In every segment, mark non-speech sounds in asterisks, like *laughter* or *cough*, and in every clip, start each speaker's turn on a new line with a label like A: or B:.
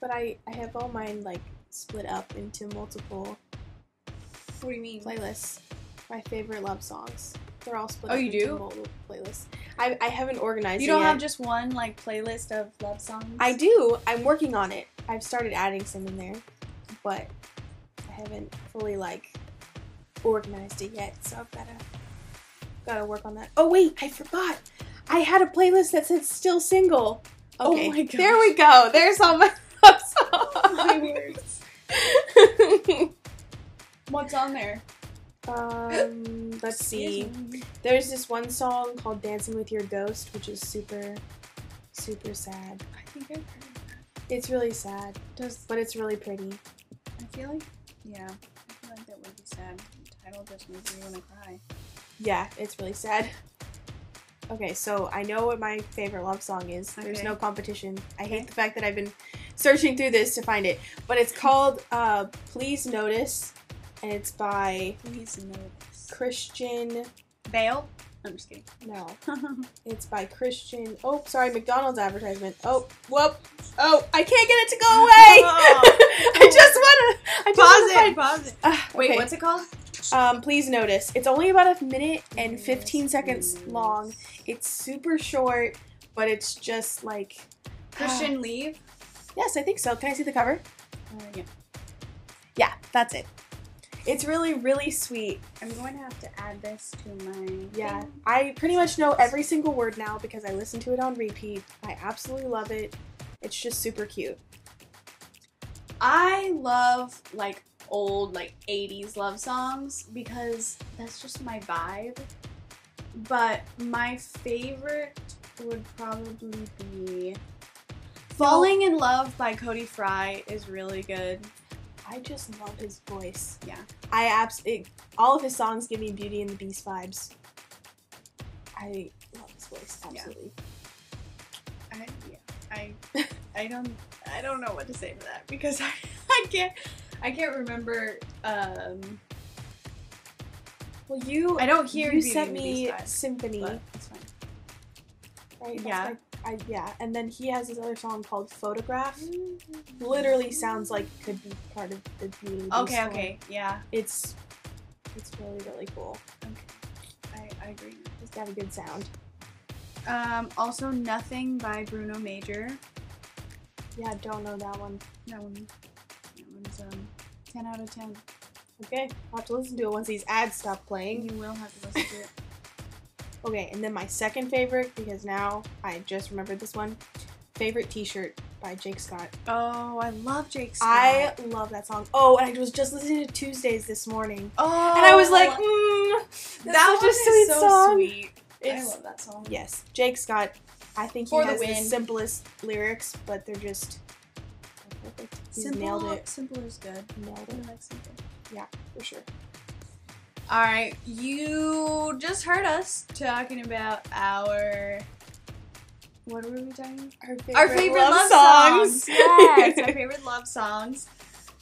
A: but I, I have all mine like split up into multiple
B: What do you mean?
A: playlists. My favorite love songs. They're all split
B: Oh,
A: up
B: you
A: into
B: do?
A: multiple playlists. I, I haven't organized
B: you
A: it
B: don't
A: yet.
B: have just one like playlist of love songs.
A: I do. I'm working on it. I've started adding some in there, but I haven't fully like organized it yet. So I've gotta gotta work on that. Oh wait, I forgot. I had a playlist that said still single.
B: Oh
A: Okay,
B: my gosh.
A: there we go. There's all my *laughs* love
B: *laughs* My
A: songs.
B: *laughs* words. What's
A: *laughs*
B: on there?
A: um, let's see.
B: Excuse me.
A: There's this one song called "Dancing with Your Ghost," which is super, super sad.
B: I think I've heard of that.
A: It's really sad,
B: Does
A: but it's really pretty.
B: I feel like yeah. I feel like that would be sad. The title just makes me want to cry.
A: Yeah, it's really sad. Okay, so I know what my favorite love song is. There's
B: Okay.
A: no competition. I hate
B: Okay.
A: the fact that I've been searching through this to find it, but it's called uh, "Please Notice," and it's by
B: Please notice.
A: Christian.
B: Veil. I'm just kidding. *laughs*
A: No,
B: That's
A: it's by Christian. Oh, sorry, McDonald's advertisement. Oh, whoop. Oh, I can't get it to go away. *laughs* I just want to. I just wanna find-
B: Oh. Pause it.
A: Ah,
B: Wait,
A: okay.
B: what's it called?
A: Um, please notice. It's only about a minute and 15 seconds long. It's super short, but it's just like. Ah.
B: Christian leave.
A: Yes, I think so. Can I see the cover?
B: Uh, yeah.
A: Yeah, that's it. It's really, really sweet.
B: I'm going to have to add this to my.
A: Yeah.
B: thing.
A: I pretty much know every single word now because I listen to it on repeat. I absolutely love it. It's just super cute.
B: I love like old like 80s love songs because that's just my vibe. But my favorite would probably be Falling in Love by Cody Fry is really good.
A: I just love his voice.
B: Yeah.
A: I abs it, all of his songs give me Beauty and the Beast vibes. I love his voice
B: Yeah.
A: absolutely.
B: I yeah. I *laughs* I don't I don't know what to say to that because *laughs* I, I can't I can't remember um
A: Well, you
B: I don't hear
A: you
B: Beauty
A: sent
B: and the Beast
A: me
B: vibes,
A: Symphony,
B: but it's fine.
A: right? That's
B: Yeah.
A: my- I, yeah, and then he has this other song called Photograph.
B: Mm.
A: Literally sounds like could be part of the Beauty. and the Beast
B: Okay,
A: song.
B: okay. Yeah.
A: It's it's really really cool.
B: Okay. I, I agree.
A: It's got a good sound.
B: Um, also, Nothing by Bruno Major.
A: Yeah, don't know that one.
B: That one. That one's um, 10 out of 10.
A: Okay, I'll have to listen to it once these ads stop playing.
B: You will have to listen to it.
A: *laughs* Okay, and then my second favorite because now I just remembered this one. Favorite T-shirt by Jake Scott.
B: Oh, I love Jake Scott.
A: I love that song. Oh, and I was just listening to Tuesdays this morning,
B: oh,
A: and I was like, mm, that's
B: that
A: such
B: one
A: a
B: is
A: sweet
B: so
A: song.
B: sweet. I
A: It's
B: love that song.
A: yes, Jake Scott. I think
B: For
A: he
B: the
A: has the,
B: win.
A: simplest lyrics, but they're just they're perfect. He's
B: Simple,
A: nailed it.
B: simple is good.
A: Nailed
B: I
A: it
B: like simple.
A: for sure.
B: All right, you just heard us talking about our. What were we talking about?
A: Our favorite,
B: our favorite love,
A: *laughs*
B: songs. *laughs* yes, our favorite love songs.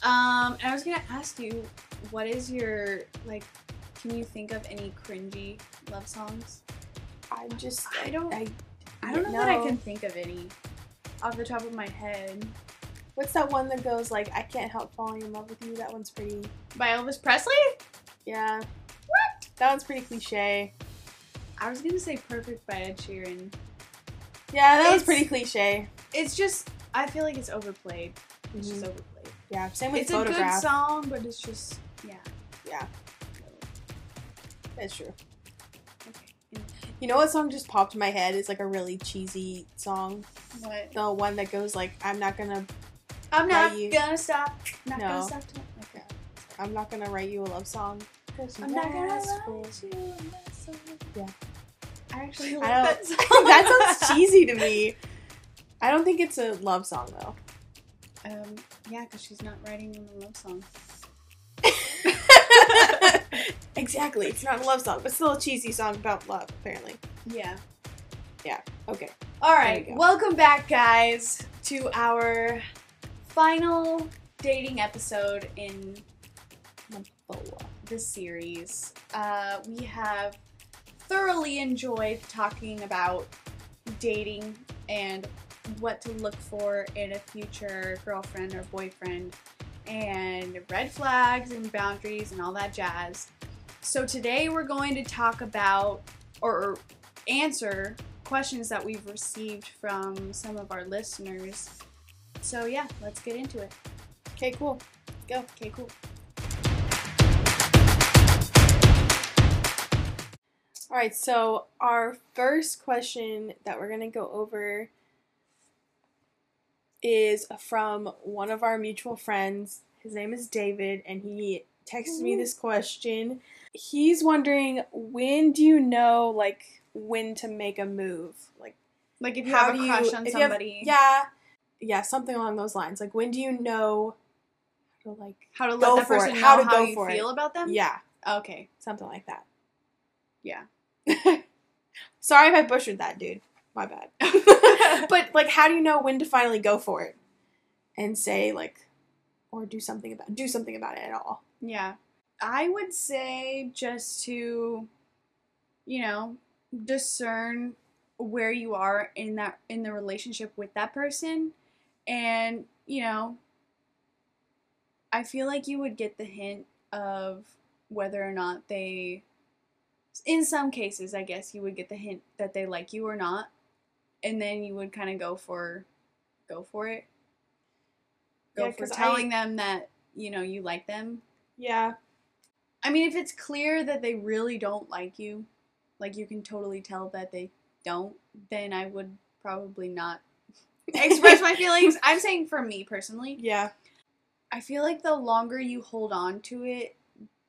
B: Um, and I was gonna ask you, what is your like? Can you think of any cringy love songs?
A: I just
B: I don't.
A: I,
B: I don't know that I
A: no.
B: can think of any off the top of my head.
A: What's that one that goes like I can't help falling in love with you? That one's pretty.
B: By Elvis Presley.
A: Yeah. What? That one's pretty cliche.
B: I was gonna say "Perfect" by Ed Sheeran.
A: Yeah, that was
B: It's-
A: pretty cliche. Mm-hmm.
B: It's just I feel like it's overplayed. It's just overplayed.
A: Yeah, same with
B: it's a
A: photograph.
B: good song, but it's just yeah.
A: Yeah, that's true.
B: Okay.
A: You know what song just popped in my head? It's like a really cheesy song.
B: What?
A: The one that goes like, "I'm not gonna,
B: I'm not
A: you-
B: gonna stop. Not
A: No.
B: gonna stop. uh, Till, okay.
A: I'm not gonna write you a love song." 'Cause
B: I'm not gonna
A: that's
B: lie
A: cool.
B: to you. I'm not so-
A: Yeah.
B: I actually
A: I *laughs*
B: like that
A: don't-
B: song.
A: *laughs* that
B: *laughs*
A: sounds cheesy to me. I don't think it's a love song though. *laughs*
B: Um, yeah, because she's not writing them a love song.
A: exactly, it's not a love song, but still a cheesy song about love, apparently.
B: Yeah.
A: Okay.
B: All
A: There
B: right.
A: you go.
B: Welcome back, guys, to our final dating episode in
A: Number four.
B: this series. Uh, we have thoroughly enjoyed talking about dating and what to look for in a future girlfriend or boyfriend and red flags and boundaries and all that jazz. So today we're going to talk about or answer questions that we've received from some of our listeners. So yeah, let's get into it.
A: Okay, cool.
B: Go. Okay, cool.
A: All right, so our first question that we're going to go over is from one of our mutual friends. His name is David, and he texted me this question. He's wondering when do you know, like, when to make a move? Like,
B: Like if you
A: How
B: have
A: do
B: a
A: you-
B: crush on
A: if you have-
B: somebody,
A: yeah, yeah, something along those lines. Like, when do you know, how to, like,
B: how to let
A: Go
B: that
A: for it.
B: person know
A: How to
B: how
A: go
B: you
A: for it.
B: feel about them.
A: yeah,
B: Okay.
A: something like that.
B: Um, Yeah.
A: *laughs* Sorry if I butchered that, dude. My bad. *laughs* but like, how do you know when to finally go for it and say like, or do something about do something about it at all?
B: Yeah. I would say just to you know, discern where you are in that in the relationship with that person and, you know, I feel like you would get the hint of whether or not they in some cases, I guess you would get the hint that they like you or not and then you would kind of go for go for it. Go
A: Yeah,
B: for
A: 'cause I-
B: telling them that, you know, you like them
A: Yeah,
B: I mean, if it's clear that they really don't like you, like you can totally tell that they don't, then I would probably not express my feelings. I'm saying for me personally,
A: yeah,
B: I feel like the longer you hold on to it,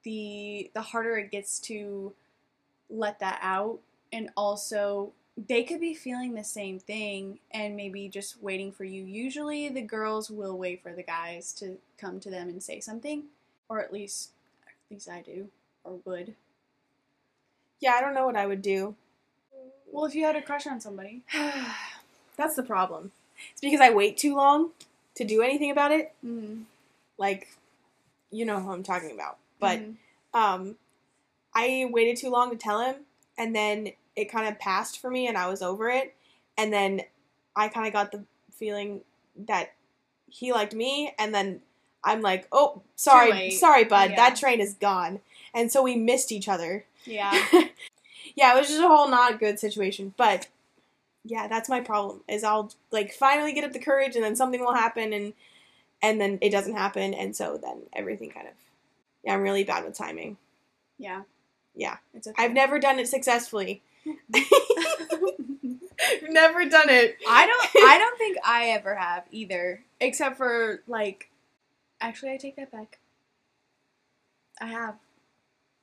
B: the the harder it gets to let that out and also they could be feeling the same thing and maybe just waiting for you. Usually the girls will wait for the guys to come to them and say something or at least at least I do or would.
A: yeah. I don't know what I would do. *sighs*
B: Well, if you had a crush on somebody.
A: That's the problem. It's because I wait too long to do anything about it.
B: Mm.
A: Like, you know who I'm talking about. But
B: Mm-hmm.
A: um, I waited too long to tell him, and then it kind of passed for me, and I was over it. And then I kind of got the feeling that he liked me, and then I'm like, oh, sorry,
B: late.
A: sorry, bud,
B: Yeah.
A: that train is gone. And so we missed each other.
B: yeah.
A: *laughs* Yeah, it was just a whole not good situation, but yeah, that's my problem. Is I'll like finally get up the courage, and then something will happen, and and then it doesn't happen, and so then everything kind of. Yeah, I'm really bad with timing.
B: Yeah.
A: Yeah.
B: It's okay.
A: I've never done it successfully. *laughs* never done it.
B: I *laughs* don't I don't think I ever have either. Except for like actually I take that back. I have.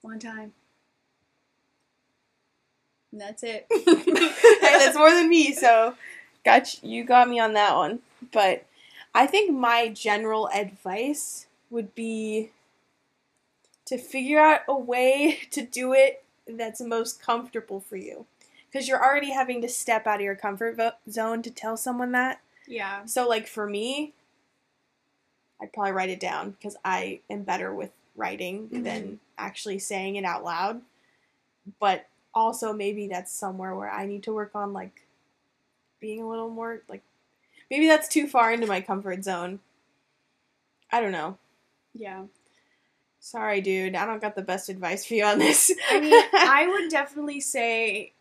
B: One time. And that's it.
A: hey, that's more than me. So, got you, you got me on that one. But I think my general advice would be to figure out a way to do it that's most comfortable for you. Because you're already having to step out of your comfort vo- zone to tell someone that.
B: *laughs* yeah.
A: So, like for me, I'd probably write it down because I am better with writing
B: Mm-hmm.
A: than actually saying it out loud. But also, maybe that's somewhere where I need to work on, like being a little more like maybe that's too far into my comfort zone. I don't know.
B: Yeah.
A: Sorry, dude. I don't got the best advice for you on this.
B: I mean, I would definitely say,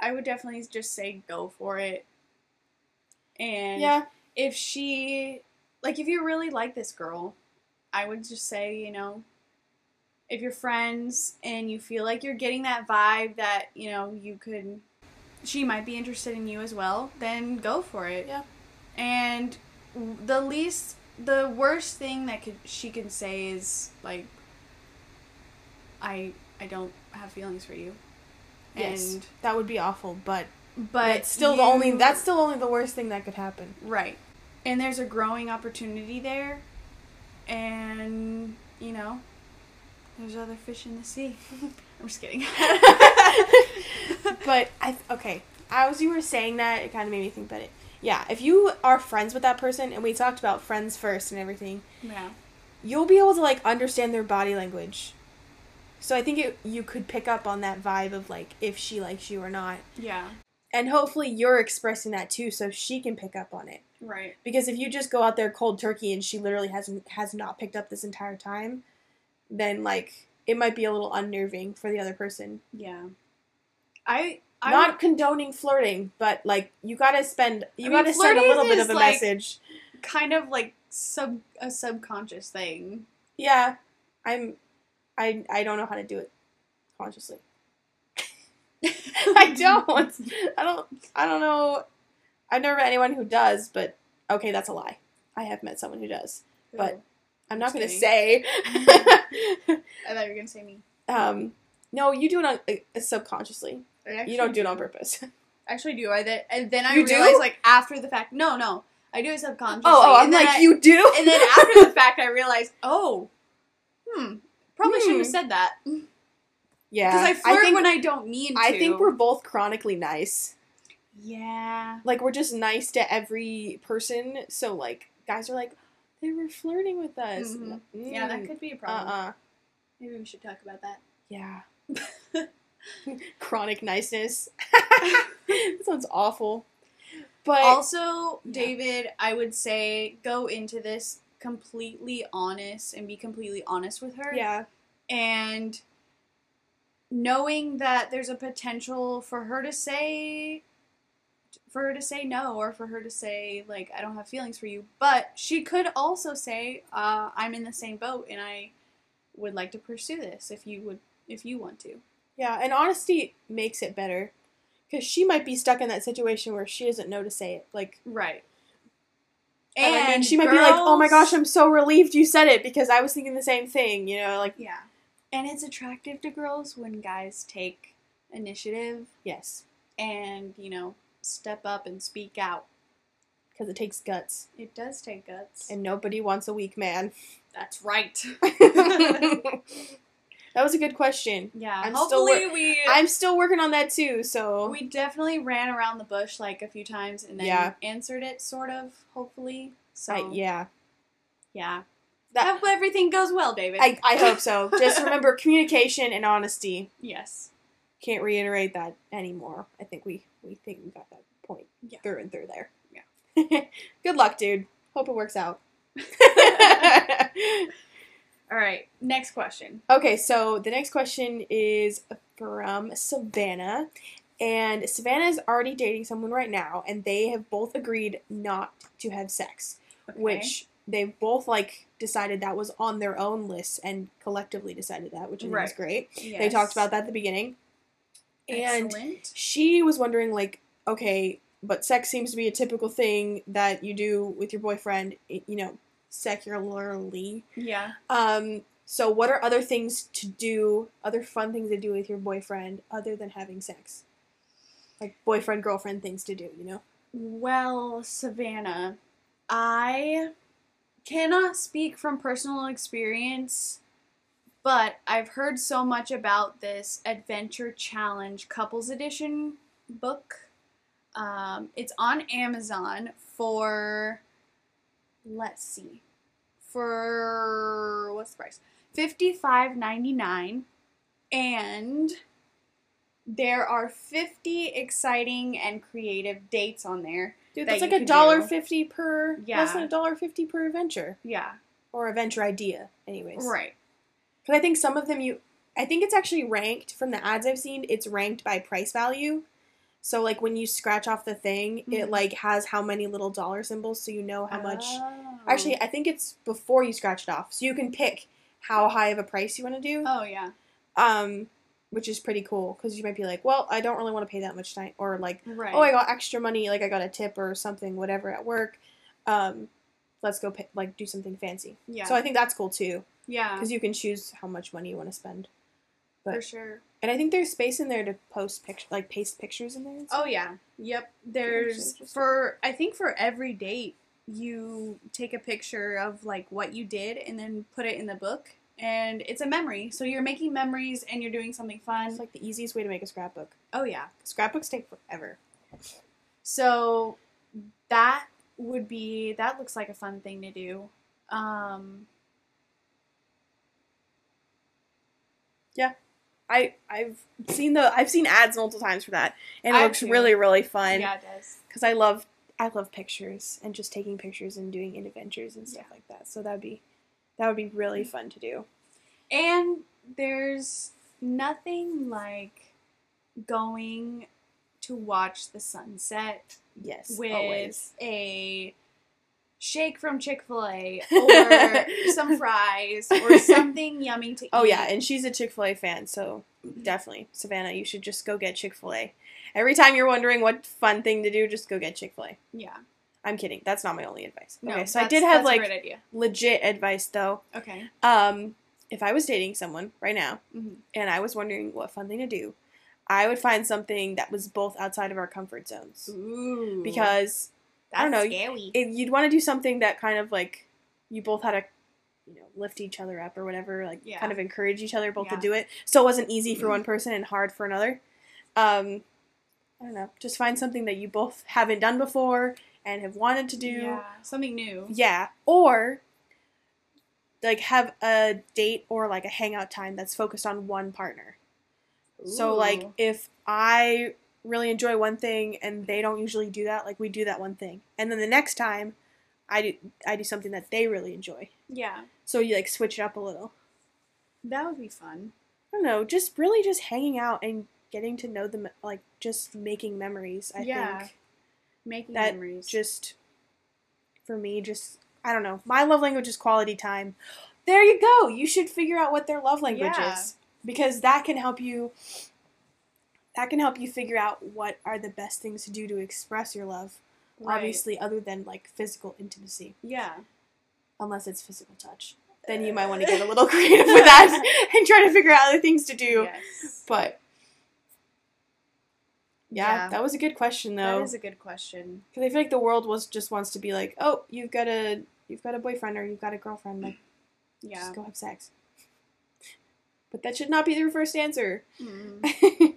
B: I would definitely just say go for it. *laughs*
A: *laughs*
B: And
A: yeah,
B: if she, like, if you really like this girl, I would just say, you know, if you're friends and you feel like you're getting that vibe that, you know, you could, she might be interested in you as well, then go for it.
A: Yeah.
B: And the least, the worst thing that could she can say is, like, I I don't have feelings for you.
A: Yes.
B: And
A: that would be awful, but
B: but
A: it's still the
B: you-
A: only that's still only the worst thing that could happen.
B: right. And there's a growing opportunity there. And you know, there's other fish in the sea. *laughs* I'm just kidding. *laughs*
A: *laughs* But I okay, as you were saying that, it kind of made me think about it. Yeah, if you are friends with that person, and we talked about friends first and everything,
B: yeah.
A: you'll be able to like understand their body language. So I think it, you could pick up on that vibe of like if she likes you or not,
B: Yeah.
A: And hopefully you're expressing that too so she can pick up on it.
B: Right.
A: Because if you just go out there cold turkey and she literally hasn't has not picked up this entire time, then like it might be a little unnerving for the other person.
B: Yeah. I I
A: not condoning flirting, but like you gotta spend you
B: I mean,
A: gotta send a
B: flirting
A: little bit
B: is,
A: of a
B: like-
A: message.
B: would kind of like sub a subconscious *laughs* thing.
A: Yeah. I'm I I don't know how to do it consciously. I
B: *laughs*
A: don't. I don't. I don't know. I've never met anyone who does, but okay, that's a lie. I have met someone who does. But- I'm not going to
B: Just
A: say.
B: *laughs* I thought you were gonna say me.
A: *laughs* um, no, you do it on, uh, subconsciously.
B: I
A: You
B: actually
A: don't do it on
B: *laughs*
A: purpose.
B: Oh, Actually, do I? That and then I
A: You do?
B: realize like after the fact. No, no, I do it subconsciously.
A: oh, oh, I'm
B: and then
A: like
B: I-
A: you do.
B: And then after the fact, I realized, oh, hmm, probably shouldn't have
A: Hmm.
B: said that because
A: *laughs* yeah,
B: I flirt
A: think,
B: when I don't mean to.
A: I think we're both chronically nice.
B: yeah.
A: Like we're just nice to every person. So like guys are like they were flirting with us.
B: Mhm.
A: Mm.
B: Yeah, that could be a
A: Uh
B: problem.
A: uh
B: Maybe we should talk about that.
A: Yeah. *laughs* Chronic niceness. *laughs* that sounds awful. But
B: also,
A: Yeah.
B: David, I would say go into this completely honest and be completely honest with her.
A: yeah,
B: and knowing that there's a potential for her to say for her to say no or for her to say like i don't have feelings for you but she could also say uh, i'm in the same boat and i would like to pursue this if you would if you want to
A: yeah, and honesty makes it better because she might be stuck in that situation where she doesn't know to say it. Like,
B: right
A: and, I mean, she might be like, "Oh my
B: girls-
A: gosh, I'm so relieved you said it because I was thinking the same thing." You know, like
B: yeah and it's attractive to girls when guys take initiative
A: yes,
B: and you know step up and speak out
A: because it takes guts,
B: it does take guts
A: and nobody wants a weak man.
B: That's right.
A: *laughs* that was a good question.
B: *laughs* Yeah.
A: I'm still
B: hopefully we
A: I'm still working on that too. So
B: we definitely ran around the bush like a few times and then
A: Yeah.
B: answered it sort of, hopefully. So
A: I, yeah,
B: yeah.
A: That-
B: Hope everything goes well, David.
A: I, I hope so. Just remember *laughs* communication and honesty.
B: Yes.
A: Can't reiterate that anymore. I think we we think we got that point
B: Yeah.
A: through and through there.
B: Yeah.
A: Yeah. *laughs* Good luck, dude. Hope it works
B: *laughs*
A: out.
B: All right. Next question.
A: okay, so the next question is from Savannah. And Savannah is already dating someone right now, and they have both agreed not to have sex,
B: Okay.
A: which they both like decided that was on their own list and collectively decided that, which I think is
B: Right.
A: great.
B: Yes.
A: They talked about that at the beginning. And
B: Excellent.
A: she was wondering, like, okay, but sex seems to be a typical thing that you do with your boyfriend, i- you know, secularly.
B: Yeah.
A: Um, so, what are other things to do, other fun things to do with your boyfriend other than having sex? Like boyfriend girlfriend things to do, you know?
B: Well, Savannah, I cannot speak from personal experience, but I've heard so much about this Adventure Challenge Couples Edition book. Um, it's on Amazon for, let's see, for what's the price? Fifty five ninety nine, and there are fifty exciting and creative dates on there.
A: Dude,
B: That
A: that's like
B: you
A: a
B: could
A: dollar
B: do.
A: fifty per.
B: Yeah.
A: Less than a dollar fifty per adventure
B: Yeah,
A: or adventure idea, anyways.
B: right.
A: Because I think some of them you, I think it's actually ranked from the ads I've seen. It's ranked by price value. So like when you scratch off the thing, it
B: Mhm.
A: like has how many little dollar symbols, so you know how much.
B: Oh.
A: Actually, I think it's before you scratch it off, so you can pick how high of a price you want to do.
B: oh yeah,
A: Um, which is pretty cool because you might be like, well, I don't really want to pay that much time, or like,
B: right.
A: oh, I got extra money, like I got a tip or something, whatever at work. Um, let's go pay, like do something fancy.
B: yeah,
A: So I think that's cool too
B: yeah,
A: because you can choose how much money you want to spend.
B: for
A: but-
B: sure.
A: And I think there's space in there to post picture, like paste pictures in there. And stuff.
B: Oh yeah, yep. There's
A: interesting.
B: for I think for every date you take a picture of like what you did and then put it in the book and it's a memory. So you're making memories and you're doing something fun.
A: It's like the easiest way to make a scrapbook.
B: oh yeah.
A: Scrapbooks take forever.
B: So that would be that looks like a fun thing to do. Um
A: Yeah. I I've seen the I've seen ads multiple times for that, and it
B: I've
A: looks
B: too.
A: really really fun.
B: yeah, it does.
A: because I love I love pictures and just taking pictures and doing adventures and stuff like that. So that'd be that would be
B: Mm.
A: really fun to do.
B: And there's nothing like going to watch the sunset
A: Yes,
B: with
A: always.
B: a shake from Chick Fil A
A: *laughs*
B: or some fries or something yummy to eat. Mm,
A: Oh yeah, and she's a Chick Fil A fan, so definitely Savannah, you should just go get Chick Fil A. Every time you're wondering what fun thing to do, just go get Chick Fil A.
B: yeah.
A: I'm kidding. That's not my only advice.
B: No,
A: okay, so I
B: that's-
A: did have
B: that's a
A: like
B: great idea.
A: legit advice though.
B: Okay.
A: Um, if I was dating someone right now
B: Mhm.
A: and I was wondering what fun thing to do, I would find something that was both outside of our comfort zones.
B: Ooh.
A: Because I don't know,
B: Scary.
A: it, you'd want to do something that kind of like you both had to you know lift each other up or whatever like
B: Yeah.
A: kind of encourage each other both to
B: Yeah.
A: do it so it wasn't easy for
B: Mhm.
A: one person and hard for another um i don't know just find something that you both haven't done before and have wanted to do
B: yeah. something new.
A: Yeah. or like have a date or like a hangout time that's focused on one partner so like
B: Ooh.
A: if I really enjoy one thing and they don't usually do that, like we do that one thing. And then the next time I do I do something that they really enjoy.
B: yeah,
A: So you like switch it up a little.
B: that would be fun.
A: I don't know, just really just hanging out and getting to know them like just making memories, I
B: Yeah.
A: think.
B: Making
A: That
B: memories.
A: Just for me just I don't know. My love language is quality time. There you go. You should figure out what their love language
B: Yeah.
A: is because that can help you that can help you figure out what are the best things to do to express your love
B: Right.
A: obviously other than like physical intimacy
B: Yeah.
A: unless it's physical touch then you
B: Uh.
A: might want to get a little *laughs* creative with
B: *laughs*
A: that *laughs* and try to figure out other things to do
B: Yes.
A: but yeah,
B: Yeah.
A: that was a good question
B: That
A: though
B: is a good question.
A: because i feel like the world was just wants to be like oh you've got a you've got a boyfriend or you've got a girlfriend like
B: Yeah.
A: just go have sex but that should not be their first answer
B: Mm.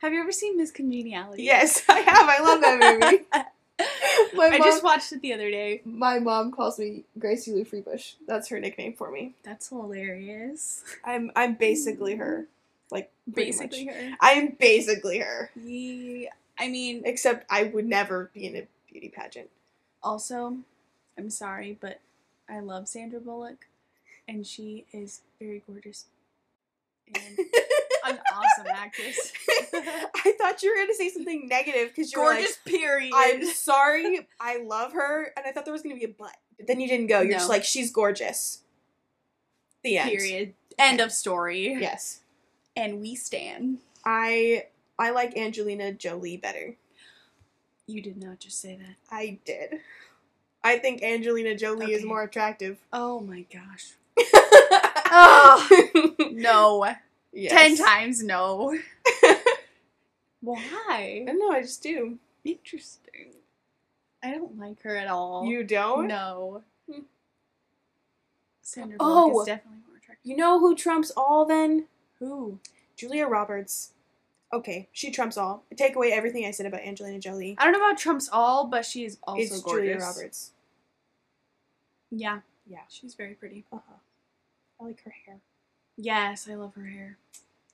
B: Have you ever seen Miss Congeniality?
A: yes *laughs* i have i love that movie *laughs* my,
B: I just watched it the other day.
A: my mom calls me Gracie Lou Freebush. That's her nickname for me.
B: That's hilarious. *laughs*
A: I'm I'm basically her. Like pretty much.
B: Basically, her.
A: I'm basically her.
B: Ye- I mean,
A: Except I would never be in a beauty pageant. *laughs*
B: also, I'm sorry, but I love Sandra Bullock, and she is very gorgeous and an awesome actress.
A: I thought you were gonna say something negative because you
B: period.
A: were like,
B: *laughs*
A: I'm sorry, I love her, and I thought there was gonna be a but. But then you didn't go. You're
B: No.
A: just like, she's gorgeous. The end.
B: Period. End of story.
A: Yes.
B: And we stand.
A: I I like Angelina Jolie better.
B: You did not just say that.
A: I did. I think Angelina Jolie is
B: Okay.
A: more attractive.
B: *laughs*
A: *laughs*
B: Oh my gosh.
A: oh,
B: No.
A: yes.
B: Ten times no. *laughs* Why?
A: I don't know. I just do.
B: Interesting. I don't like her at all.
A: You don't.
B: no.
A: Hmm.
B: Sandra
A: Oh.
B: Bullock is definitely more attractive.
A: You know who trumps all? Then
B: Who?
A: Julia Roberts. Okay, she trumps all. Take away everything I said about Angelina Jolie.
B: I don't know about Trump's all, but she is also
A: it's
B: gorgeous.
A: Julia Roberts.
B: Yeah.
A: Yeah.
B: She's very pretty.
A: Uh huh. I like her hair.
B: Yes, I love her hair.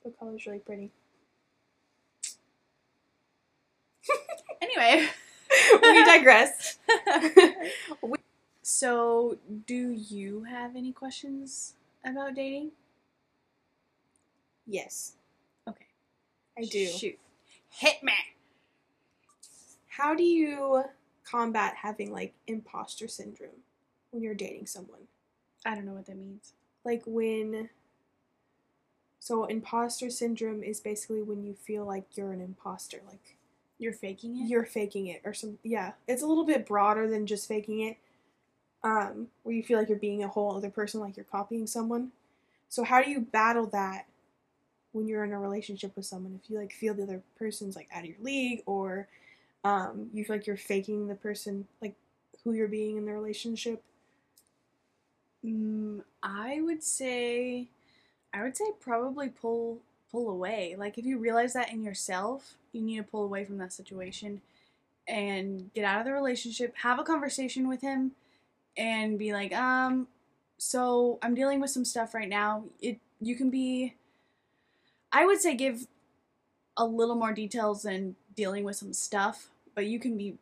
A: The color's really pretty.
B: *laughs* Anyway.
A: we digress.
B: so, do you have any questions about dating?
A: yes.
B: Okay.
A: I do.
B: Shoot. Hit me.
A: How do you combat having like imposter syndrome when you're dating someone?
B: I don't know what that means.
A: like when so imposter syndrome is basically when you feel like you're an imposter like
B: You're faking it?
A: you're faking it or some yeah it's a little bit broader than just faking it um where you feel like you're being a whole other person like you're copying someone so how do you battle that when you're in a relationship with someone if you like feel the other person's like out of your league or um you feel like you're faking the person like who you're being in the relationship
B: Mm, I would say, I would say probably pull pull away. Like if you realize that in yourself, you need to pull away from that situation and get out of the relationship. Have a conversation with him and be like, um, so I'm dealing with some stuff right now. It you can be I would say give a little more details than dealing with some stuff, but you can be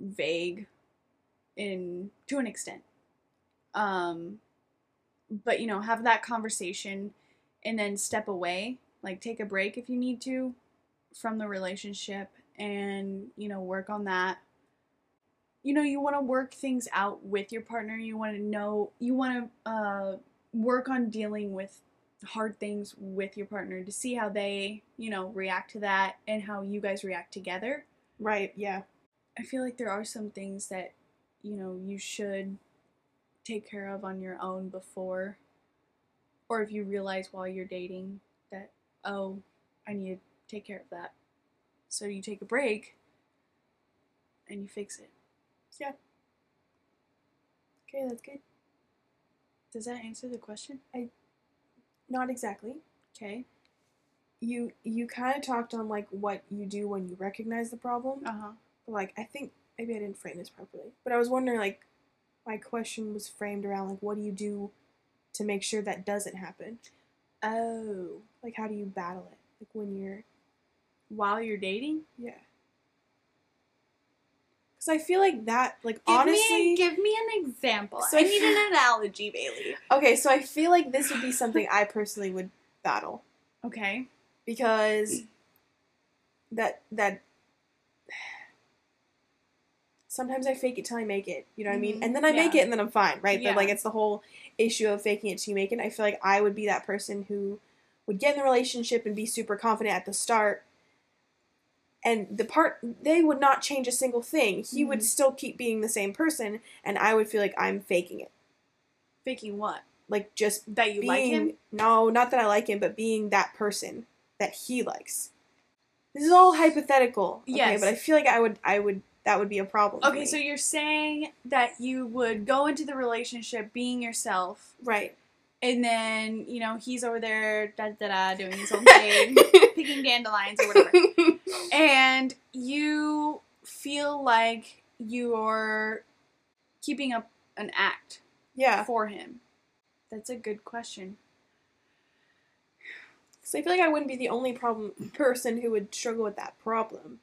B: vague in to an extent. Um, but you know, have that conversation and then step away, like take a break if you need to from the relationship and you know, work on that. You know, you want to work things out with your partner. You want to know, you want to uh, work on dealing with hard things with your partner to see how they, you know, react to that and how you guys react together.
A: Right, yeah.
B: I feel like there are some things that, you know, you should take care of on your own before or if you realize while you're dating that oh, I need to take care of that. So you take a break and you fix it.
A: Okay, that's good.
B: Does that answer the question?
A: Not exactly.
B: Okay.
A: You you kind of talked on like what you do when you recognize the problem.
B: Uh-huh.
A: like I think maybe I didn't frame this properly, but I was wondering like my question was framed around like what do you do to make sure that doesn't happen?
B: Oh,
A: Like how do you battle it? Like when you're
B: while you're dating?
A: yeah. Cuz I feel like that like
B: Give
A: honestly
B: me, give me an example.
A: So
B: I
A: if-
B: need an analogy, Bailey.
A: Okay, so I feel like this would be something I personally would battle
B: *laughs* Okay.
A: because that that sometimes I fake it till I make it. You know what I mean?
B: Mhm,
A: And then I make
B: yeah.
A: it and then I'm fine, right?
B: Yeah.
A: But like it's the whole issue of faking it till you make it. I feel like I would be that person who would get in the relationship and be super confident at the start. And the part they would not change a single thing. He would
B: Mhm.
A: still keep being the same person and I would feel like I'm faking it.
B: Faking what?
A: Like just
B: That you
A: being,
B: like him?
A: No, not that I like him, but being that person that he likes. This is all hypothetical. Okay,
B: Yes.
A: but I feel like I would, I would, that would be a problem. for
B: Okay,
A: me.
B: so you're saying that you would go into the relationship being yourself,
A: right,
B: *laughs* and then, you know, he's over there, da da da, doing his
A: *laughs*
B: own thing, picking dandelions or whatever. And you feel like you're keeping up an act
A: yeah.
B: for him. That's a good question.
A: So I feel like I wouldn't be the only problem person who would struggle with that problem.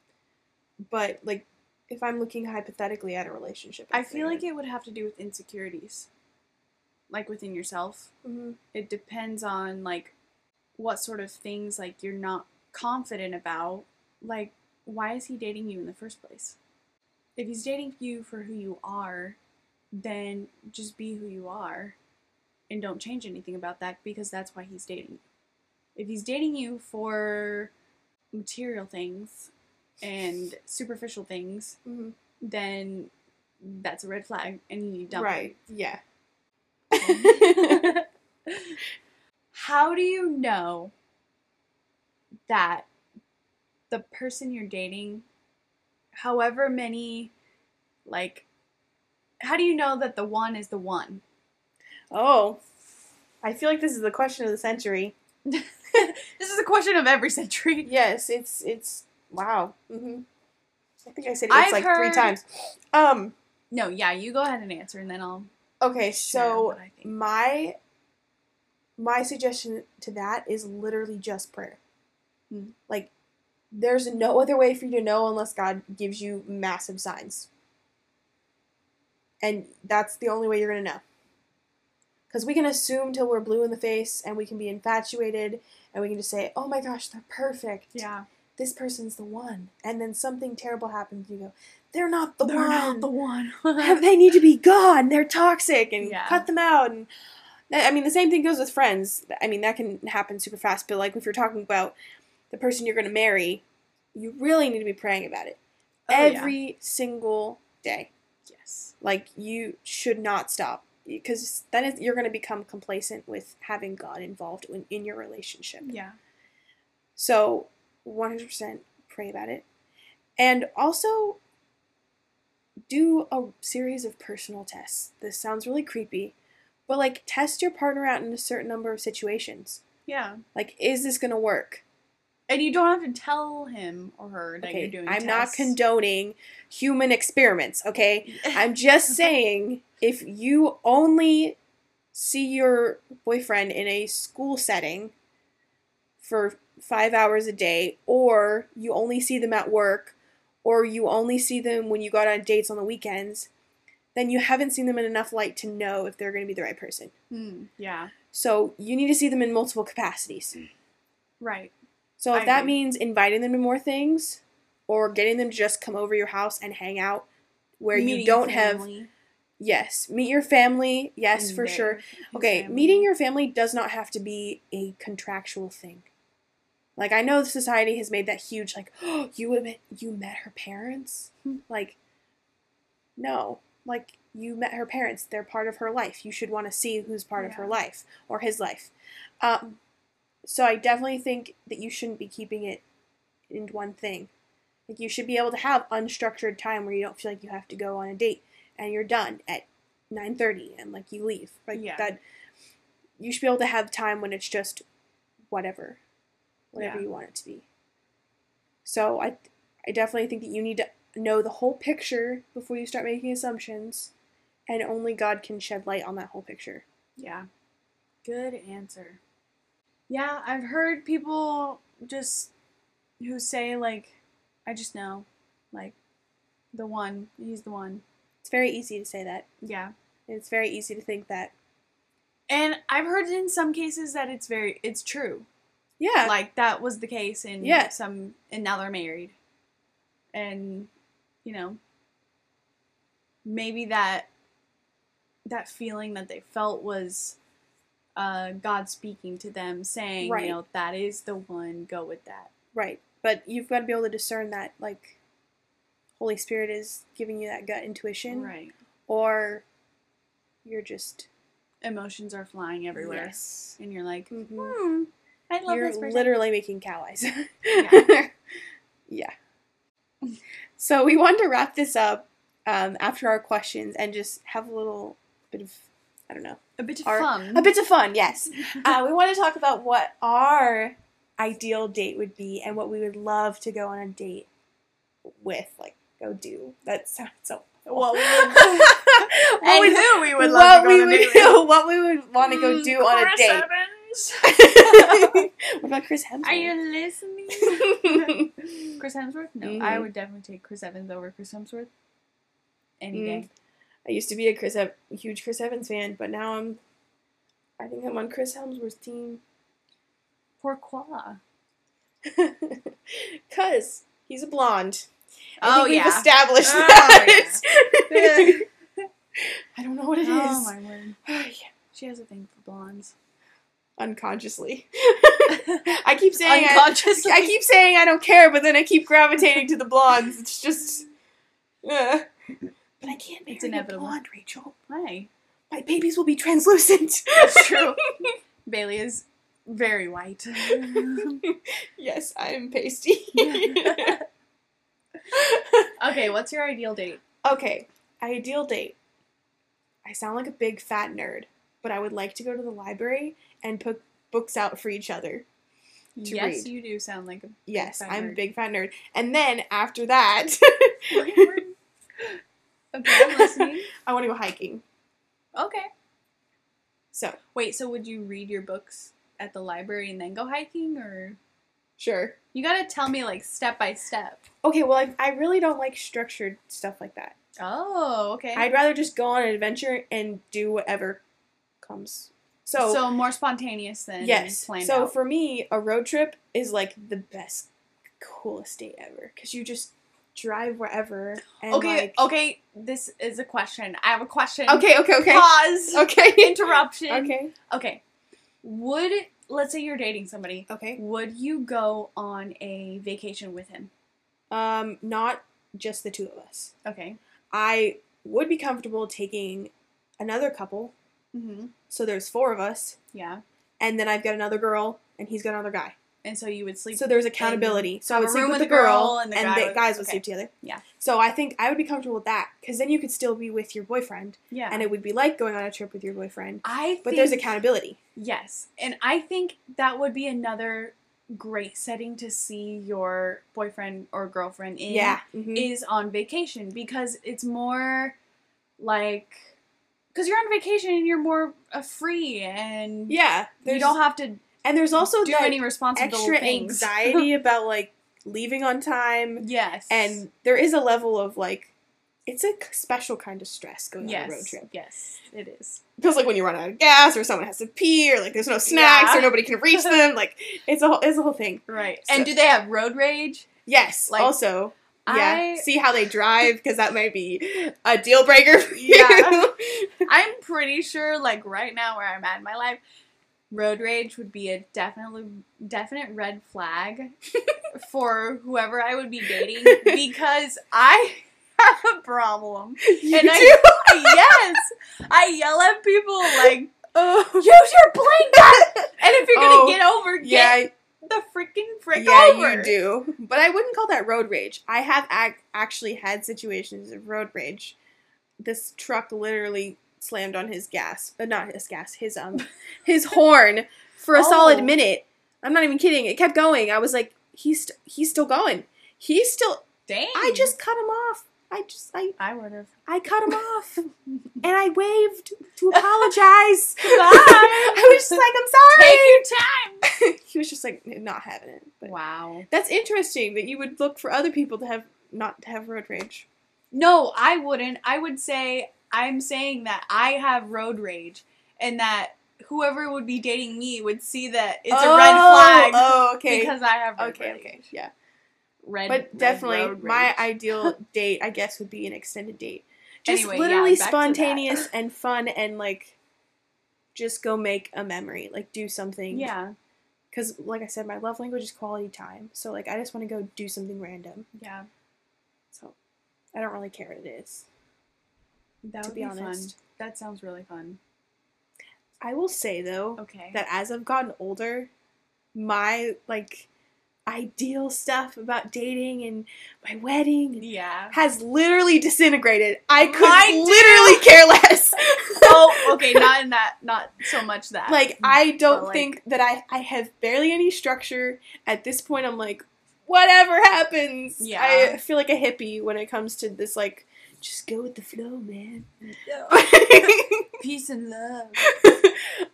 A: But like, if I'm looking hypothetically at a relationship,
B: I feel like it would have to do with insecurities, like within yourself.
A: hmm
B: it depends on like what sort of things like you're not confident about like why is he dating you in the first place if he's dating you for who you are then just be who you are and don't change anything about that because that's why he's dating you if he's dating you for material things and superficial things
A: hmm
B: then that's a red flag and you dump him.
A: right,
B: *laughs*
A: yeah.
B: How do you know that the person you're dating, however many, like, how do you know that the one is the one? *laughs*
A: oh, I feel like this is the question of the century.
B: This is a question of every century.
A: Yes, it's it's wow. hmm I think I said it's
B: I've
A: like
B: heard-
A: three times. Um.
B: No, yeah, you go ahead and answer, and then I'll.
A: Okay,
B: share
A: so
B: what I think.
A: my my suggestion to that is literally just prayer.
B: Hmm.
A: Like, there's no other way for you to know unless God gives you massive signs, and that's the only way you're gonna know. Because we can assume till we're blue in the face, and we can be infatuated, and we can just say, "Oh my gosh, they're perfect."
B: yeah,
A: this person's the one. And then something terrible happens. You go, they're not the
B: they're
A: one.
B: not the one.
A: *laughs*
B: *laughs*
A: they need to be gone. They're toxic and
B: Yeah.
A: cut them out. And I mean, the same thing goes with friends. I mean, that can happen super fast. But like if you're talking about the person you're going to marry, you really need to be praying about it
B: Oh, yeah.
A: every single day.
B: yes,
A: Like you should not stop because then it's, you're going to become complacent with having God involved in, in your relationship.
B: yeah,
A: So 100% pray about it. And also do a series of personal tests. This sounds really creepy, but like test your partner out in a certain number of situations.
B: yeah.
A: Like, is this going to work?
B: And you don't have to tell him or her that you're
A: Okay,
B: doing.
A: I'm not
B: tests.
A: condoning human experiments, okay? I'm just saying if you only see your boyfriend in a school setting for five hours a day, or you only see them at work, or you only see them when you go out on dates on the weekends, then you haven't seen them in enough light to know if they're going to be the right person.
B: *laughs* Hmm. Yeah.
A: So you need to see them in multiple capacities.
B: Right.
A: So if
B: Mm. I
A: that
B: agree.
A: means inviting them to more things, or getting them to just come over your house and hang out, where
B: Meeting
A: you don't have
B: family
A: yes, meet your family, yes
B: and
A: for
B: their-
A: sure.
B: and
A: Okay,
B: family.
A: meeting your family does not have to be a contractual thing. Like I know society has made that huge like *gasps* oh, you would met you met her parents?
B: Hmm.
A: Like no. Like you met her parents. They're part of her life. You should want to see who's part of her
B: Yeah.
A: life or his life. Um, so I definitely think that you shouldn't be keeping it in one thing. Like you should be able to have unstructured time where you don't feel like you have to go on a date and you're done at 9:30 and like you leave. Like
B: Yeah.
A: that you should be able to have time when it's just whatever. Whatever
B: Yeah.
A: you want it to be. So I I definitely think that you need to know the whole picture before you start making assumptions and only God can shed light on that whole picture.
B: Yeah. Good answer. Yeah, I've heard people just who say like I just know like the one, he's the one.
A: It's very easy to say that.
B: Yeah.
A: It's very easy to think that.
B: And I've heard in some cases that it's very it's true.
A: Yeah.
B: Like that was the case in
A: Yeah.
B: some and now they're married. And you know maybe that that feeling that they felt was uh, God speaking to them saying,
A: Right.
B: you know, that is the one, go with that.
A: Right. But you've got to be able to discern that, like, Holy Spirit is giving you that gut intuition,
B: Right.
A: or you're just
B: Emotions are flying everywhere.
A: Yes.
B: And you're like,
A: Mhm.
B: hmm, I love
A: You're
B: this person.
A: literally making cow eyes. *laughs*
B: Yeah.
A: Yeah. So we wanted to wrap this up um, after our questions and just have a little bit of, I don't know,
B: a bit of
A: are-
B: fun.
A: a bit of fun. Yes. uh, we want to talk about what our ideal date would be and what we would love to go on a date with, like go do. That sounds so. *laughs*
B: What we would-
A: What
B: and
A: we-
B: who we
A: what
B: would love to
A: we
B: go on a
A: would
B: date with.
A: *laughs* do, what we would want to go
B: Mm,
A: do on a
B: Chris
A: date.
B: Evans. *laughs*
A: *laughs* what about Chris Hemsworth?
B: Are you
A: *laughs*
B: listening? Chris Hemsworth? No, I
A: Mhm.
B: would definitely take Chris Evans over Chris Hemsworth any
A: Mm.
B: day.
A: I used to be a Chris Ev- huge Chris Evans fan, but now I'm. I think I'm on Chris Hemsworth's team. *laughs*
B: Poor Koala.
A: Cause he's a blonde. I
B: Oh,
A: think we've
B: yeah.
A: established
B: Oh,
A: that. *laughs* I don't know what it is.
B: *laughs* Oh *sighs* my word.
A: Yeah,
B: She has a thing for blondes. *laughs*
A: Unconsciously, I keep saying I,
B: Unconsciously.
A: *laughs* I keep saying I don't care, but then I keep gravitating to the blondes. It's just, uh. but I can't marry
B: It's
A: a
B: inevitable.
A: blonde, Rachel.
B: Hi.
A: My babies will be translucent.
B: That's true. Bailey is very white.
A: *laughs* yes, I'm pasty.
B: okay, what's your ideal date?
A: *laughs* okay, ideal date. I sound like a big fat nerd, but I would like to go to the library and put books out for each other. To
B: yes,
A: read.
B: you do sound
A: *laughs*
B: like a
A: Yes,
B: fat
A: I'm a
B: nerd.
A: big fat nerd. And then after that, *laughs*
B: okay, I'm listening.
A: I want to go hiking.
B: Okay.
A: So,
B: Wait, so would you read your books at the library and then go hiking or
A: sure.
B: you gotta tell me like step by step.
A: Okay, well, I, I really don't like structured stuff like that.
B: Oh, okay.
A: I'd rather just go on an adventure and do whatever comes.
B: so, more spontaneous than
A: yes.
B: planned
A: So
B: out.
A: for me, a road trip is like the best, coolest day ever because you just drive wherever. And
B: okay,
A: like-
B: okay, this is a question. I have a question.
A: okay, okay, okay,
B: Pause.
A: *laughs* okay,
B: Interruption.
A: okay,
B: Okay. Would let's say you're dating somebody,
A: okay.
B: would you go on a vacation with him?
A: Um, not just the two of us.
B: Okay.
A: I would be comfortable taking another couple,
B: Mhm.
A: so there's four of us,
B: Yeah.
A: and then I've got another girl, and he's got another guy.
B: And so you would sleep.
A: So there's accountability. So I
B: have
A: would
B: a
A: sleep
B: room
A: with the girl, and the,
B: guy would-
A: guys would
B: okay.
A: sleep together.
B: Yeah.
A: So I think I would be comfortable with that because then you could still be with your boyfriend,
B: yeah.
A: and it would be like going on a trip with your boyfriend.
B: I think,
A: But there's accountability.
B: Yes. And I think that would be another great setting to see your boyfriend or girlfriend in
A: Yeah. mhm.
B: is on vacation because it's more like because you're on vacation and you're more uh, free and
A: Yeah.
B: you
A: there's-
B: don't have to
A: And there's also
B: do
A: that
B: any responsible
A: extra
B: things. *laughs*
A: anxiety about like leaving on time,
B: Yes.
A: and there is a level of like, it's a k- special kind of stress going
B: yes,
A: on a road trip.
B: yes, it is.
A: feels like when you run out of gas, or someone has to pee, or like there's no snacks,
B: Yeah.
A: or nobody can reach
B: *laughs*
A: them. Like it's a whole, it's a whole thing.
B: Right.
A: So-
B: and do they have road rage?
A: Yes.
B: Like,
A: also, yeah.
B: I
A: See how they drive because that might be a deal breaker for you. *laughs*
B: Yeah. I'm pretty sure like right now where I'm at in my life, road rage would be a definitely definite red
A: *laughs*
B: flag for whoever I would be dating because I *laughs* have a problem.
A: You
B: And I- *laughs*
A: do.
B: yes, I yell at people *laughs* like
A: Oh.
B: use your *laughs* blanket, and if you're gonna
A: Oh,
B: get over, get
A: *laughs* Yeah,
B: the freaking frick
A: yeah,
B: over.
A: you do. But I wouldn't call that road rage. I have ac- actually had situations of road rage. This truck literally slammed on his gas, uh, not his gas, his
B: *laughs*
A: um, his horn for a
B: Oh.
A: solid minute. I'm not even kidding. It kept going. I was like, he's st- he's still going. He's still.
B: Dang,
A: I just cut him off. I just I
B: I would *laughs* have.
A: I cut him
B: *laughs*
A: off, and I waved to apologize. *laughs* I
B: *laughs*
A: was just like, I'm
B: Take
A: sorry.
B: your time.
A: He was just like not having it. But
B: Wow.
A: that's interesting that you would look for other people to have not to have road rage.
B: No, I wouldn't. I would say I'm saying that I have road rage and that whoever would be dating me would see that it's a red flag
A: Oh, okay.
B: because I have road
A: okay,
B: rage.
A: okay, yeah.
B: Red,
A: But
B: red
A: definitely,
B: road
A: my
B: rage.
A: ideal
B: *laughs*
A: date, I guess, would be an extended date. Just
B: Anyway, yeah,
A: literally
B: back to that.
A: spontaneous *laughs* and fun, and like, just go make a memory, like do something.
B: yeah,
A: Because, like I said, my love language is quality time. So, like, I just want to go do something random.
B: yeah,
A: So, I don't really care what it is.
B: that
A: To
B: would
A: be
B: be,
A: honest.
B: fun. That sounds really fun.
A: I will say though,
B: Okay.
A: that as I've gotten older, my like ideal stuff about dating and my wedding *laughs*
B: yeah.
A: has literally disintegrated. I could
B: Mine too.
A: literally care
B: *laughs*
A: less.
B: oh, okay. Not in that. Not so much that. Mm.
A: like I don't
B: like-
A: think that I I have barely any structure at this point. I'm like whatever happens.
B: Yeah.
A: I feel like a hippie when it comes to this like just go with the flow, man.
B: *laughs*
A: *laughs*
B: *laughs* peace and love.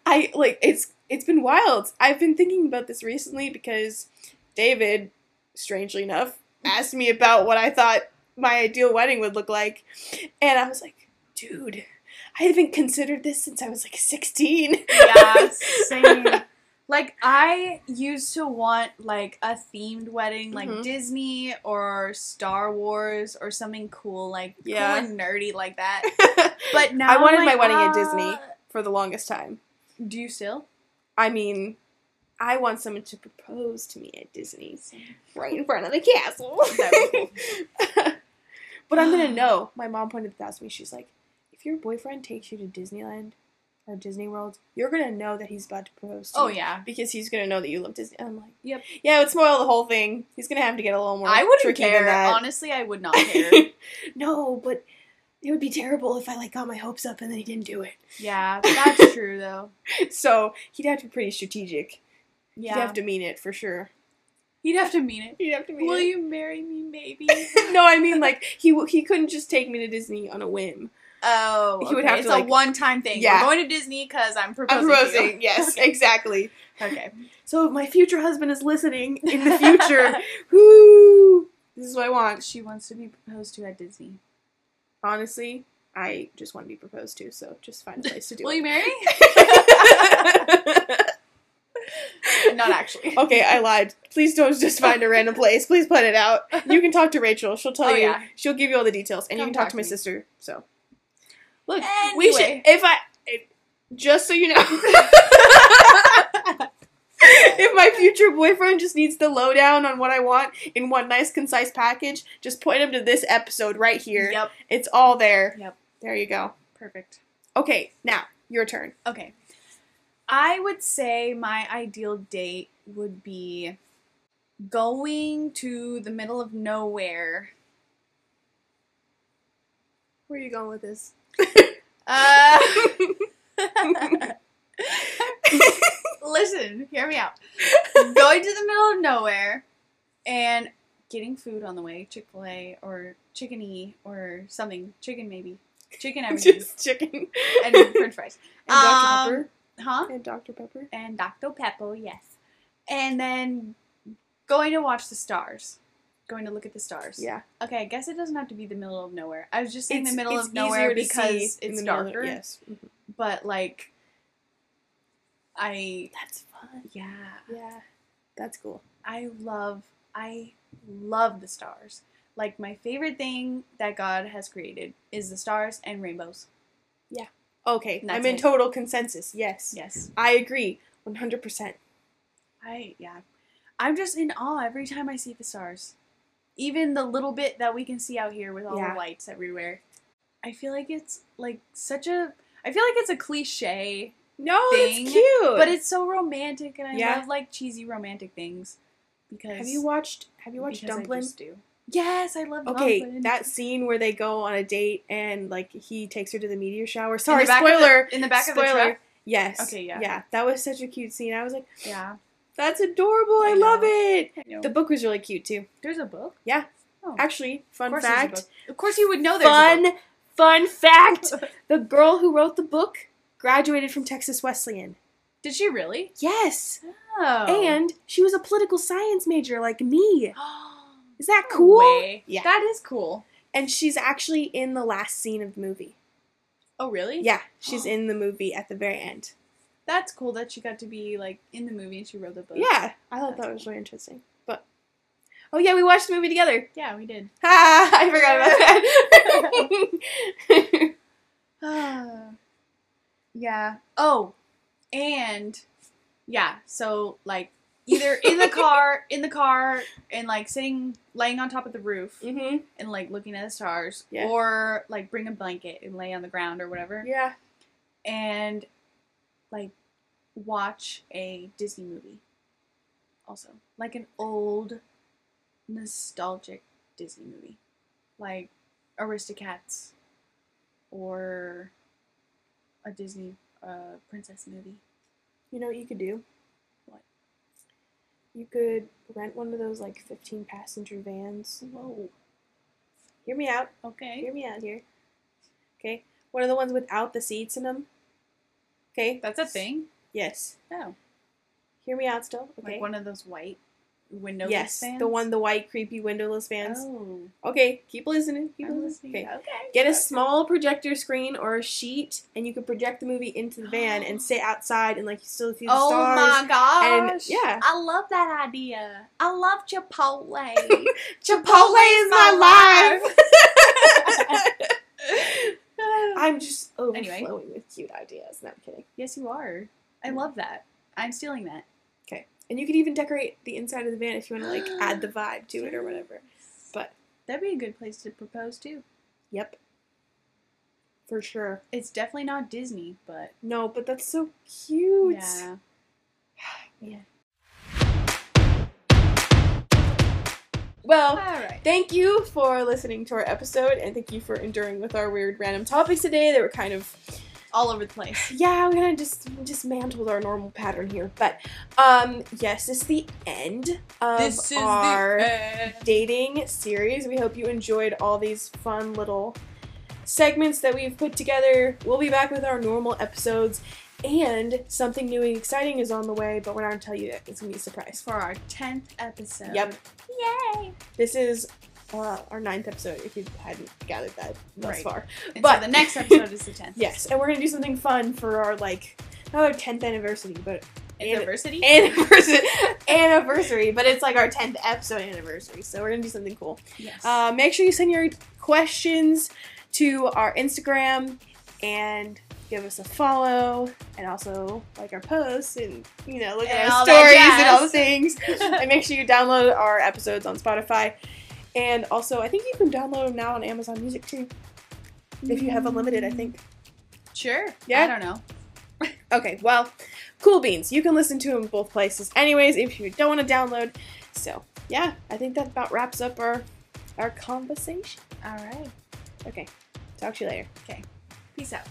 A: I like it's it's been wild. I've been thinking about this recently because David, strangely enough, asked me about what I thought my ideal wedding would look like, and I was like, dude, I haven't considered this since I was like sixteen. *laughs*
B: yeah, same. Like I used to want like a themed wedding, like
A: Mhm.
B: Disney or Star Wars or something cool, like
A: Yeah.
B: cool and nerdy like that. But now
A: I wanted
B: I'm
A: my
B: like,
A: wedding at
B: uh,
A: Disney for the longest time.
B: Do you still?
A: I mean, I want someone to propose to me at Disney, right in front of the castle.
B: That would be
A: *laughs* But I'm
B: *gasps*
A: gonna know. My mom pointed this out to me. She's like, if your boyfriend takes you to Disneyland or Disney World, you're gonna know that he's about to propose to
B: Oh
A: you
B: yeah,
A: Because he's gonna know that you love Disney. And I'm like,
B: Yep.
A: Yeah, it would spoil the whole thing. He's gonna have to get a little more
B: I wouldn't
A: tricky
B: care.
A: than that. *laughs*
B: Honestly, I would not care.
A: no, but it would be terrible if I like got my hopes up and then he didn't do it. *laughs*
B: yeah, that's true though.
A: So he'd have to be pretty strategic.
B: Yeah,
A: He'd have to mean it for sure.
B: You'd have to mean it.
A: He'd have to mean
B: Will
A: it.
B: you marry me, maybe?
A: *laughs* no, I mean like he w- he couldn't just take me to Disney on a whim.
B: *laughs* oh,
A: He would
B: okay,
A: have to,
B: It's a
A: like-
B: one-time thing.
A: Yeah.
B: We're going to Disney because I'm
A: I'm
B: proposing. to you.
A: proposing. *laughs* Yes, exactly.
B: *laughs* Okay.
A: So if my future husband is listening in the *laughs* future, whoo, this is what I want.
B: She wants to be proposed to at Disney.
A: Honestly, I just want to be proposed to, so just find a place to do
B: Will
A: it.
B: you marry? *laughs*
A: *laughs*
B: Not *laughs* actually.
A: okay, I lied. Please don't just find a random place. Please plan it out. You can talk to Rachel. She'll tell
B: Oh,
A: you.
B: yeah.
A: She'll give you all the details, and
B: Come
A: you can talk
B: talk
A: to my
B: to me.
A: sister. So, look, we
B: Anyway.
A: should. If I, if, just so you
B: *laughs*
A: know. If my future boyfriend just needs the lowdown on what I want in one nice, concise package, just point him to this episode right here.
B: Yep.
A: It's all there.
B: Yep.
A: There you go.
B: Perfect.
A: Okay, now your turn.
B: Okay. I would say my ideal date would be going to the middle of nowhere.
A: Where are you going with *laughs* this?
B: Uh, *laughs* *laughs* listen, hear me out. Going to the middle of nowhere and getting food on the way, Chick fil A or chicken E or
A: *laughs*
B: something. Chicken maybe. Chicken everything.
A: just chicken
B: and french fries.
A: and Dr.
B: Um,
A: Pepper.
B: huh?
A: And Dr. Pepper.
B: And Dr. Pepper, yes. And then going to watch the stars. Going to look at the stars.
A: Yeah.
B: Okay, I guess it doesn't have to be the middle of nowhere. I was just saying
A: It's-
B: the middle
A: it's
B: of nowhere
A: easier to
B: because
A: see in
B: it's
A: the middle of the-
B: darker.
A: yes. Mhm.
B: But like I
A: That's fun.
B: yeah.
A: Yeah. That's cool.
B: I love I love the stars. Like my favorite thing that God has created is the stars and rainbows.
A: Okay.
B: That's
A: I'm in
B: it.
A: total consensus. Yes.
B: Yes.
A: I agree. 100%.
B: I yeah. I'm just in awe every time I see the stars. Even the little bit that we can see out here with all
A: Yeah.
B: the lights everywhere. I feel like it's like such a I feel like it's a cliche,
A: No,
B: Thing,
A: it's cute.
B: but it's so romantic and I
A: Yeah.
B: love like cheesy romantic things because
A: Have you watched Have you watched
B: because I
A: Dumpling?
B: just do. Yes, I love
A: Okay,
B: Dumplin'.
A: that scene where they go on a date and like he takes her to the meteor shower.
B: In
A: Sorry,
B: the back of the-
A: spoiler.
B: in the back
A: spoiler.
B: of the truck.
A: Yes.
B: Okay, yeah.
A: Yeah, that was such a cute scene. I was like,
B: Yeah.
A: that's adorable. I,
B: I
A: love
B: know.
A: it.
B: I know.
A: The book was really cute too.
B: there's a book. Oh,
A: Actually, fun
B: course there's a
A: fact.
B: book. Of course, you would know Oh, there's a book. Oh.
A: Fun, fun
B: *laughs*
A: fact. the girl who wrote the book graduated from Texas Wesleyan.
B: Did she really?
A: Yes.
B: Oh.
A: And she was a political science major like me. Is that
B: *gasps* No
A: cool?
B: way.
A: Yeah.
B: That is cool.
A: and she's actually in the last scene of the movie.
B: Oh, really?
A: Yeah,
B: *gasps*
A: she's in the movie at the very end.
B: That's cool that she got to be like in the movie and she wrote the book.
A: Yeah, I thought that was really interesting. But oh yeah, we watched the movie together. *laughs*
B: Yeah, we did.
A: Ah, I forgot
B: *laughs*
A: *laughs* about that.
B: *sighs* yeah. Oh, and yeah. So like either in the car, in the car, and like sitting, laying on top of the roof
A: hmm
B: and like looking at the stars,
A: Yeah.
B: or like bring a blanket and lay on the ground or whatever,
A: Yeah.
B: and like watch a Disney movie. Also, like an old, nostalgic Disney movie, like Aristocats, or a Disney uh, princess movie.
A: You know what you could do?
B: What?
A: You could rent one of those like 15 passenger vans.
B: Whoa.
A: Hear me out.
B: Okay.
A: Hear me out here. Okay. One of the ones without the seats in them. Okay.
B: That's a thing.
A: Yes.
B: Oh,
A: Hear me out still. Okay.
B: like one of those white window
A: yes. The one, the white, creepy windowless vans.
B: Oh,
A: Okay, keep listening. Keep
B: I'm
A: listening.
B: listening.
A: Okay.
B: okay.
A: Get a small projector screen or a sheet, and you can project the movie into the van
B: *gasps*
A: and sit outside and like you still see the
B: Oh
A: stars.
B: my gosh!
A: and- yeah.
B: I love that idea. I love *laughs* Chipotle.
A: Chipotle is my life.
B: *laughs*
A: I'm just overflowing
B: Anyway.
A: with cute ideas. No, I'm kidding.
B: yes, you are. I love that. I'm stealing that.
A: Okay, and you could even decorate the inside of the van if you want to like
B: *gasps*
A: add the vibe to it or whatever. But-
B: that'd be a good place to propose too.
A: Yep, for sure.
B: It's definitely not Disney, but
A: No, but that's so cute.
B: yeah.
A: Man. Well.
B: All right.
A: Thank you for listening to our episode, and thank you for enduring with our weird random topics today. They were kind of
B: All over the place.
A: yeah, we kind of just dismantled our normal pattern here, but um, yes, this is the end of our dating series. We hope you enjoyed all these fun little segments that we've put together. We'll be back with our normal episodes, and something new and exciting is on the way, but we're not gonna tell you yet. It's gonna be a surprise.
B: for our tenth episode.
A: Yep.
B: Yay!
A: This is uh, our ninth episode, if you hadn't gathered that thus
B: Right.
A: far.
B: And
A: But-
B: so the next episode is the *laughs* tenth.
A: Yes, and we're gonna do something fun for our like not our tenth anniversary, but
B: Anniversary.
A: anniversary *laughs* anniversary, but it's like our tenth episode anniversary. So we're gonna do something cool.
B: yes.
A: Uh, make sure you send your questions to our Instagram and give us a follow and also like our posts and you know look
B: And
A: at our
B: all
A: stories
B: that
A: and all the
B: jazz.
A: things
B: *laughs*
A: and make sure you download our episodes on spotify and also i think you can download them now on amazon music too if you have unlimited i think
B: Sure.
A: Yeah.
B: I don't know.
A: Okay, well, cool beans. You can listen to them both places. Anyways, if you don't want to download, so yeah, I think that about wraps up our our conversation.
B: All right.
A: Okay, talk to you later.
B: Peace out.